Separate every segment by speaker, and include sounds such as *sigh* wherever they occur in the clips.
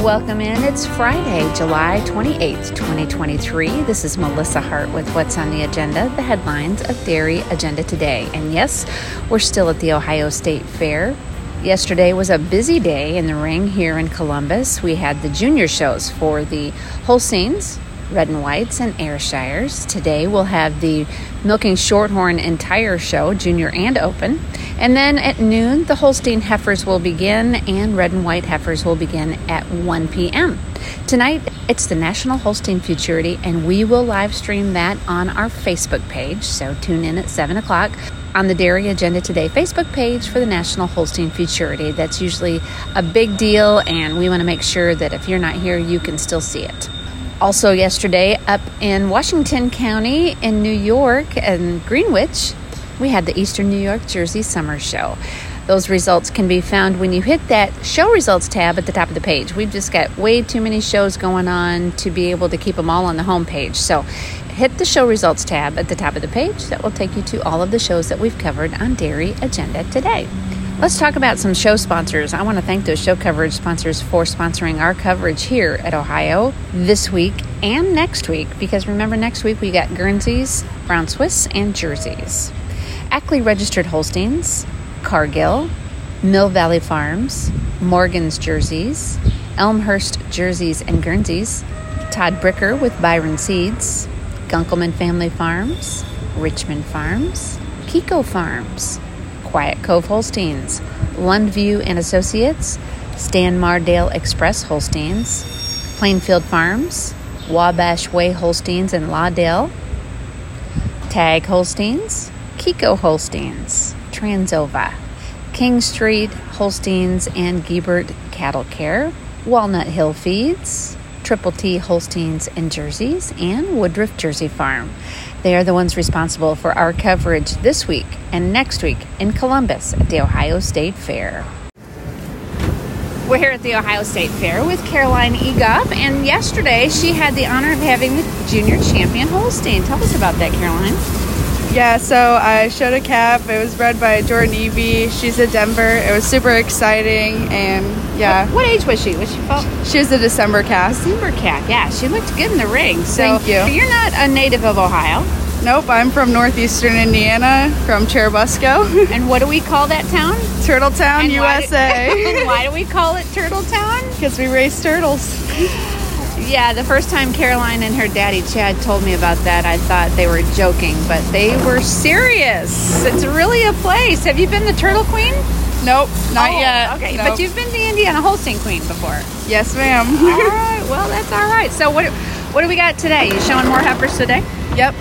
Speaker 1: Welcome in. It's Friday, July 28th, 2023. This is Melissa Hart with What's on the Agenda, the headlines of Dairy Agenda Today. And yes, we're still at the Ohio State Fair. Yesterday was a busy day in the ring here in Columbus. We had the junior shows for the Holsteins, Red and Whites, and Ayrshires. Today we'll have the Milking Shorthorn entire show, junior and open. And then at noon, the Holstein heifers will begin and red and white heifers will begin at 1 p.m. Tonight, it's the National Holstein Futurity, and we will live stream that on our Facebook page. So tune in at 7 o'clock on the Dairy Agenda Today Facebook page for the National Holstein Futurity. That's usually a big deal, and we want to make sure that if you're not here, you can still see it. Also, yesterday up in Washington County, in New York, and Greenwich, we had the Eastern New York Jersey Summer Show. Those results can be found when you hit that show results tab at the top of the page. We've just got way too many shows going on to be able to keep them all on the home page. So hit the show results tab at the top of the page. That will take you to all of the shows that we've covered on Dairy Agenda today. Let's talk about some show sponsors. I want to thank those show coverage sponsors for sponsoring our coverage here at Ohio this week and next week because remember, next week we got Guernseys, Brown Swiss, and Jerseys. Ackley Registered Holsteins, Cargill, Mill Valley Farms, Morgan's Jerseys, Elmhurst Jerseys and Guernseys, Todd Bricker with Byron Seeds, Gunkelman Family Farms, Richmond Farms, Kiko Farms. Quiet Cove Holsteins, Lundview and Associates, Stan Mardale Express Holsteins, Plainfield Farms, Wabash Way Holsteins and Lawdale, Tag Holsteins, Kiko Holsteins, Transova, King Street Holsteins and Gebert Cattle Care, Walnut Hill Feeds, Triple T Holsteins and Jerseys, and Woodruff Jersey Farm. They are the ones responsible for our coverage this week and next week in Columbus at the Ohio State Fair. We're here at the Ohio State Fair with Caroline Egoff, and yesterday she had the honor of having the junior champion Holstein. Tell us about that, Caroline.
Speaker 2: Yeah, so I showed a calf. It was bred by Jordan Eby. She's a Denver. It was super exciting, and yeah,
Speaker 1: Uh, What age was she? Was she fall?
Speaker 2: she was a December calf.
Speaker 1: December calf. Yeah, she looked good in the ring. So
Speaker 2: Thank you.
Speaker 1: but You're not a native of
Speaker 2: *laughs*
Speaker 1: Ohio,
Speaker 2: Nope, I'm from northeastern Indiana, from Cherubusco,
Speaker 1: and what do we call that town?
Speaker 2: *laughs* Turtletown,
Speaker 1: And why do- *laughs*
Speaker 2: USA,
Speaker 1: why do we call it Turtle Town?
Speaker 2: because we raise turtles.
Speaker 1: Yeah, the first time Caroline and her daddy Chad told me about that, I thought they were joking, but they were serious. It's really a place. Have you been the Turtle Queen?
Speaker 2: Nope, not
Speaker 1: Oh,
Speaker 2: yet.
Speaker 1: Okay,
Speaker 2: Nope.
Speaker 1: but you've been the Indiana Holstein Queen
Speaker 2: *laughs*
Speaker 1: before.
Speaker 2: yes,
Speaker 1: All
Speaker 2: ma'am.
Speaker 1: right, well that's all right. So what what do we got today? You showing more heifers today?
Speaker 2: *laughs* yep,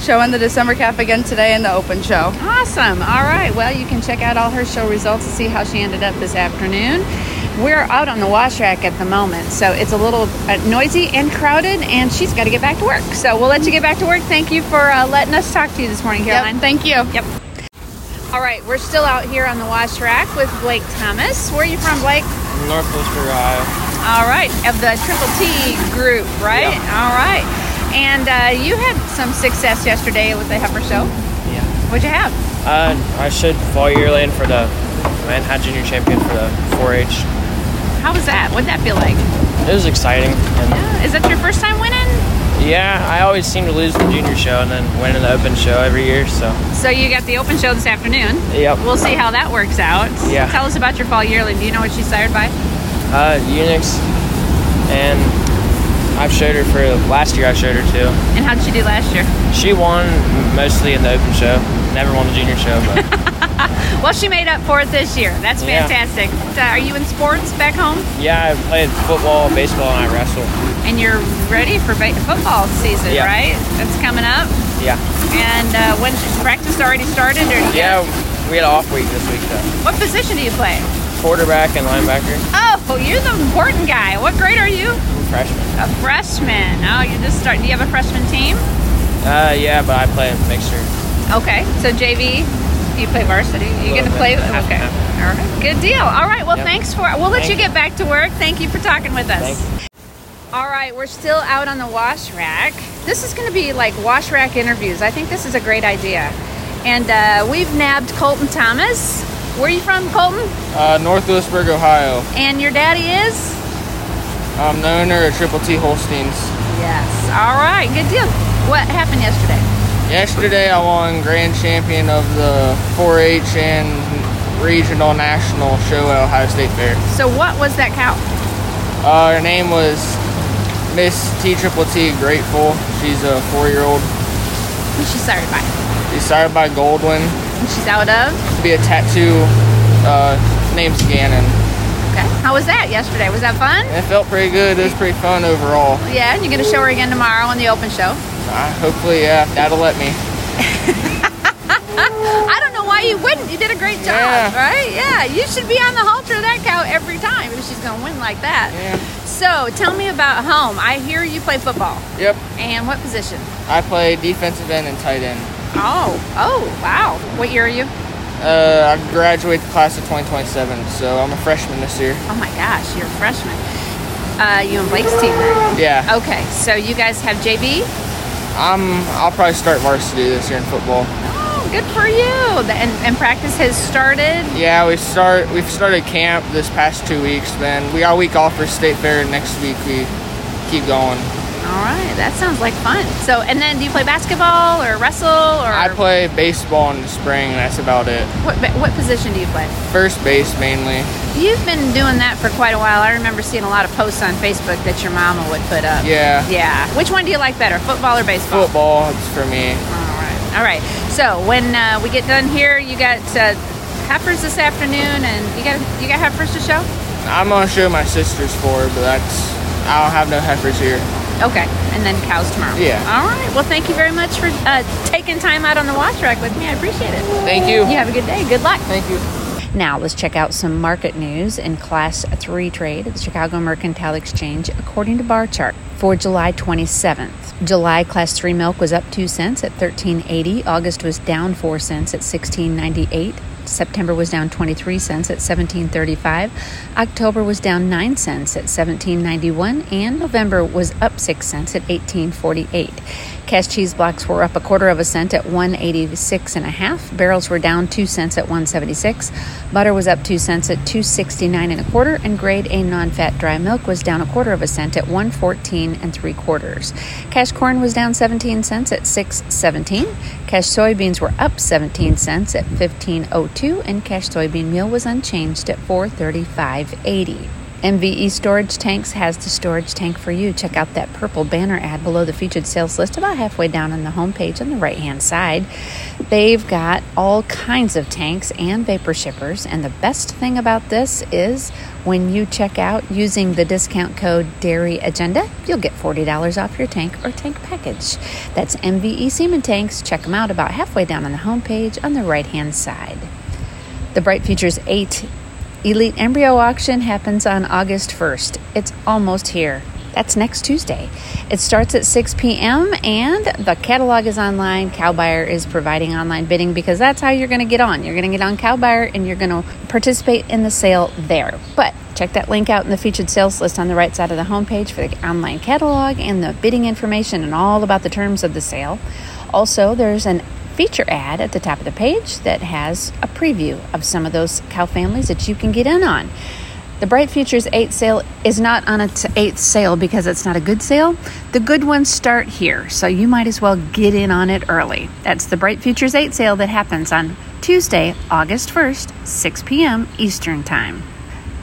Speaker 2: showing the December calf again today in the open show.
Speaker 1: Awesome. All right. Well, you can check out all her show results and see how she ended up this afternoon. We're out on the wash rack at the moment, so it's a little uh, noisy and crowded, and she's got to get back to work. So we'll let you get back to work. Thank you for uh, letting us talk to you this morning, Caroline.
Speaker 2: Yep, thank you.
Speaker 1: Yep. All right, we're still out here on the wash rack with Blake Thomas. Where are you from, Blake?
Speaker 3: Northwest Ohio.
Speaker 1: All right, of the Triple T group, right?
Speaker 3: Yeah.
Speaker 1: All right. And uh, you had some success yesterday with the heifer show.
Speaker 3: Yeah.
Speaker 1: What'd you have?
Speaker 3: Uh, I should fall yearly for the Manhattan Junior Champion for the 4-H.
Speaker 1: How was that? What'd that feel like?
Speaker 3: It was exciting. And
Speaker 1: Yeah, Uh, Is that your first time winning?
Speaker 3: yeah, I always seem to lose the junior show and then win in the open show every year. So
Speaker 1: So you got the open show this afternoon.
Speaker 3: Yep.
Speaker 1: We'll see how that works out.
Speaker 3: Yeah.
Speaker 1: Tell us about your fall yearly. Do you know what she's sired by?
Speaker 3: uh, Unix, and I've showed her for last year. I showed her too.
Speaker 1: And how did she do last year?
Speaker 3: She won mostly in the open show. Never won the junior show, *laughs* but
Speaker 1: Well, she made up for it this year. That's
Speaker 3: Yeah.
Speaker 1: fantastic. So are you in sports back home?
Speaker 3: yeah, I played football, baseball, and I wrestled.
Speaker 1: And you're ready for ba- football season,
Speaker 3: Yeah.
Speaker 1: right? That's coming up.
Speaker 3: Yeah.
Speaker 1: And uh, when practice already started? Or
Speaker 3: Yeah, we had an off week this week though.
Speaker 1: What position do you play?
Speaker 3: Quarterback and linebacker,
Speaker 1: Oh, you're the important guy. What grade are you?
Speaker 3: freshman.
Speaker 1: A freshman. Oh, you just start. Do you have a freshman team?
Speaker 3: Uh, yeah, but I play a mixture.
Speaker 1: Okay, so JV, you play varsity. You
Speaker 3: Little
Speaker 1: get to
Speaker 3: bit.
Speaker 1: play.
Speaker 3: Half
Speaker 1: Okay,
Speaker 3: and
Speaker 1: all right, good deal. All right, well,
Speaker 3: Yep.
Speaker 1: thanks for. We'll let you
Speaker 3: Thank you.
Speaker 1: get back to work. Thank you for talking with
Speaker 3: Thank
Speaker 1: us. All right, we're still out on the wash rack. This is going to be like wash rack interviews. I think this is a great idea, and uh, we've nabbed Colton Thomas. Where are you from, Colton?
Speaker 4: Uh, North Lewisburg, Ohio.
Speaker 1: And your daddy is
Speaker 3: Um, the owner of Triple T Holsteins.
Speaker 1: Yes. All right. Good deal. What happened yesterday?
Speaker 3: Yesterday, I won grand champion of the 4-H and regional national show at Ohio State Fair.
Speaker 1: So what was that cow?
Speaker 3: Uh, her name was Miss T Triple T Grateful. She's a four-year-old.
Speaker 1: She's sorry by.
Speaker 3: She's sired by Goldwyn.
Speaker 1: She's out of.
Speaker 3: Be a tattoo. Uh, name's Gannon.
Speaker 1: Okay. How was that yesterday? Was that fun?
Speaker 3: It felt pretty good. It was pretty fun overall.
Speaker 1: Yeah, and you're gonna show her again tomorrow on the open show.
Speaker 3: Uh, hopefully, yeah, that'll let me.
Speaker 1: I don't know why you wouldn't. You did a great job,
Speaker 3: Yeah.
Speaker 1: right? Yeah, you should be on the halter of that cow every time if she's gonna win like that.
Speaker 3: Yeah.
Speaker 1: So tell me about home. I hear you play football.
Speaker 3: Yep.
Speaker 1: And what position?
Speaker 3: I play defensive end and tight end.
Speaker 1: Oh, oh, wow. What year are you?
Speaker 3: Uh, I graduated the class of 2027, so I'm a freshman this year.
Speaker 1: Oh my gosh, you're a freshman. Uh, you and Blake's team then?
Speaker 3: Yeah,
Speaker 1: Okay, so you guys have JV?
Speaker 3: I'm. I'll probably start varsity this year in football.
Speaker 1: Oh, good for you. The- And, and practice has started.
Speaker 3: Yeah, we start. We've started camp this past two weeks. Then we got a week off for state fair. And next week we keep going.
Speaker 1: All right, that sounds like fun. So, and then do you play basketball or wrestle or
Speaker 3: I play baseball in the spring. And that's about it.
Speaker 1: what, what position do you play?
Speaker 3: First base mainly.
Speaker 1: You've been doing that for quite a while. I remember seeing a lot of posts on Facebook that your mama would put up.
Speaker 3: Yeah.
Speaker 1: Yeah. Which one do you like better, football or baseball?
Speaker 3: Football it's for me.
Speaker 1: All right. All right. So when uh, we get done here, you got uh, heifers this afternoon, and you got you got heifers to show.
Speaker 3: I'm gonna show my sisters for, but that's. I don't have no heifers here.
Speaker 1: Okay. And then cows tomorrow.
Speaker 3: Yeah.
Speaker 1: All right. Well, thank you very much for uh, taking time out on the watch rack with me. I appreciate it.
Speaker 3: Thank you.
Speaker 1: You have a good day. Good luck.
Speaker 3: Thank you.
Speaker 1: Now, let's check out some market news in Class 3 trade at the Chicago Mercantile Exchange according to bar chart for July 27th. July Class 3 milk was up 2 cents at 13.80, August was down 4 cents at 16.98. September was down 23 cents at 17.35. October was down 9 cents at 17.91 and November was up 6 cents at 18.48. Cash cheese blocks were up a quarter of a cent at 186 and a half. Barrels were down 2 cents at 176. Butter was up 2 cents at 269 and a quarter and grade A non-fat dry milk was down a quarter of a cent at 114 and 3 quarters. Cash corn was down 17 cents at 617. Cash soybeans were up 17 cents at 1502 and cash soybean meal was unchanged at 435.80. MVE E Storage Tanks has the storage tank for you. Check out that purple banner ad below the featured sales list, about halfway down on the homepage on the right hand side. They've got all kinds of tanks and vapor shippers, and the best thing about this is when you check out using the discount code Dairy Agenda, you'll get $40 off your tank or tank package. That's MVE Seaman Tanks. Check them out about halfway down on the homepage on the right hand side. The Bright Futures 8 Elite Embryo Auction happens on August 1st. It's almost here. That's next Tuesday. It starts at 6 p.m. and the catalog is online. Cowbuyer is providing online bidding because that's how you're going to get on. You're going to get on Cowbuyer and you're going to participate in the sale there. But check that link out in the featured sales list on the right side of the homepage for the online catalog and the bidding information and all about the terms of the sale. Also, there's an feature ad at the top of the page that has a preview of some of those cow families that you can get in on. The Bright Futures 8 sale is not on its 8th sale because it's not a good sale. The good ones start here, so you might as well get in on it early. That's the Bright Futures 8 sale that happens on Tuesday, August 1st, 6 p.m. Eastern Time.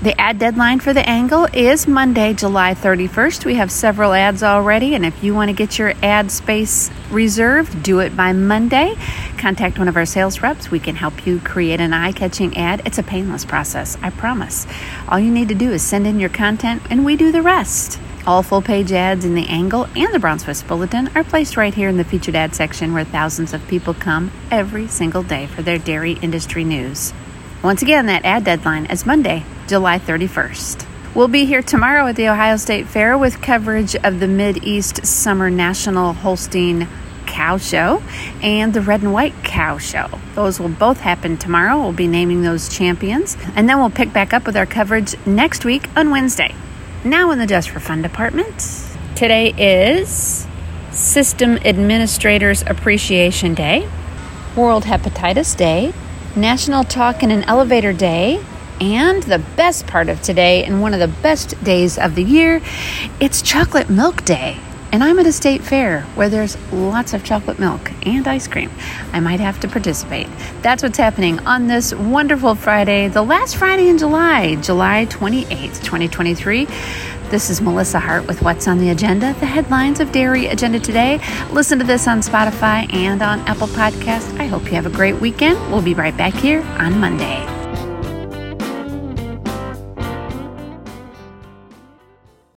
Speaker 1: The ad deadline for the angle is Monday, July 31st. We have several ads already, and if you want to get your ad space reserved, do it by Monday. Contact one of our sales reps. We can help you create an eye catching ad. It's a painless process, I promise. All you need to do is send in your content, and we do the rest. All full page ads in The Angle and the Brown Swiss Bulletin are placed right here in the featured ad section where thousands of people come every single day for their dairy industry news. Once again, that ad deadline is Monday, July 31st. We'll be here tomorrow at the Ohio State Fair with coverage of the Mid East Summer National Holstein Cow Show and the Red and White Cow Show. Those will both happen tomorrow. We'll be naming those champions. And then we'll pick back up with our coverage next week on Wednesday. Now in the Just for Fun department. Today is System Administrators Appreciation Day. World Hepatitis Day, National Talk in an Elevator Day, And the best part of today, and one of the best days of the year, it's Chocolate Milk Day. And I'm at a state fair where there's lots of chocolate milk and ice cream. I might have to participate. That's what's happening on this wonderful Friday, the last Friday in July, July 28th, 2023. This is Melissa Hart with What's on the Agenda, the headlines of Dairy Agenda Today. Listen to this on Spotify and on Apple Podcast. I hope you have a great weekend. We'll be right back here on Monday.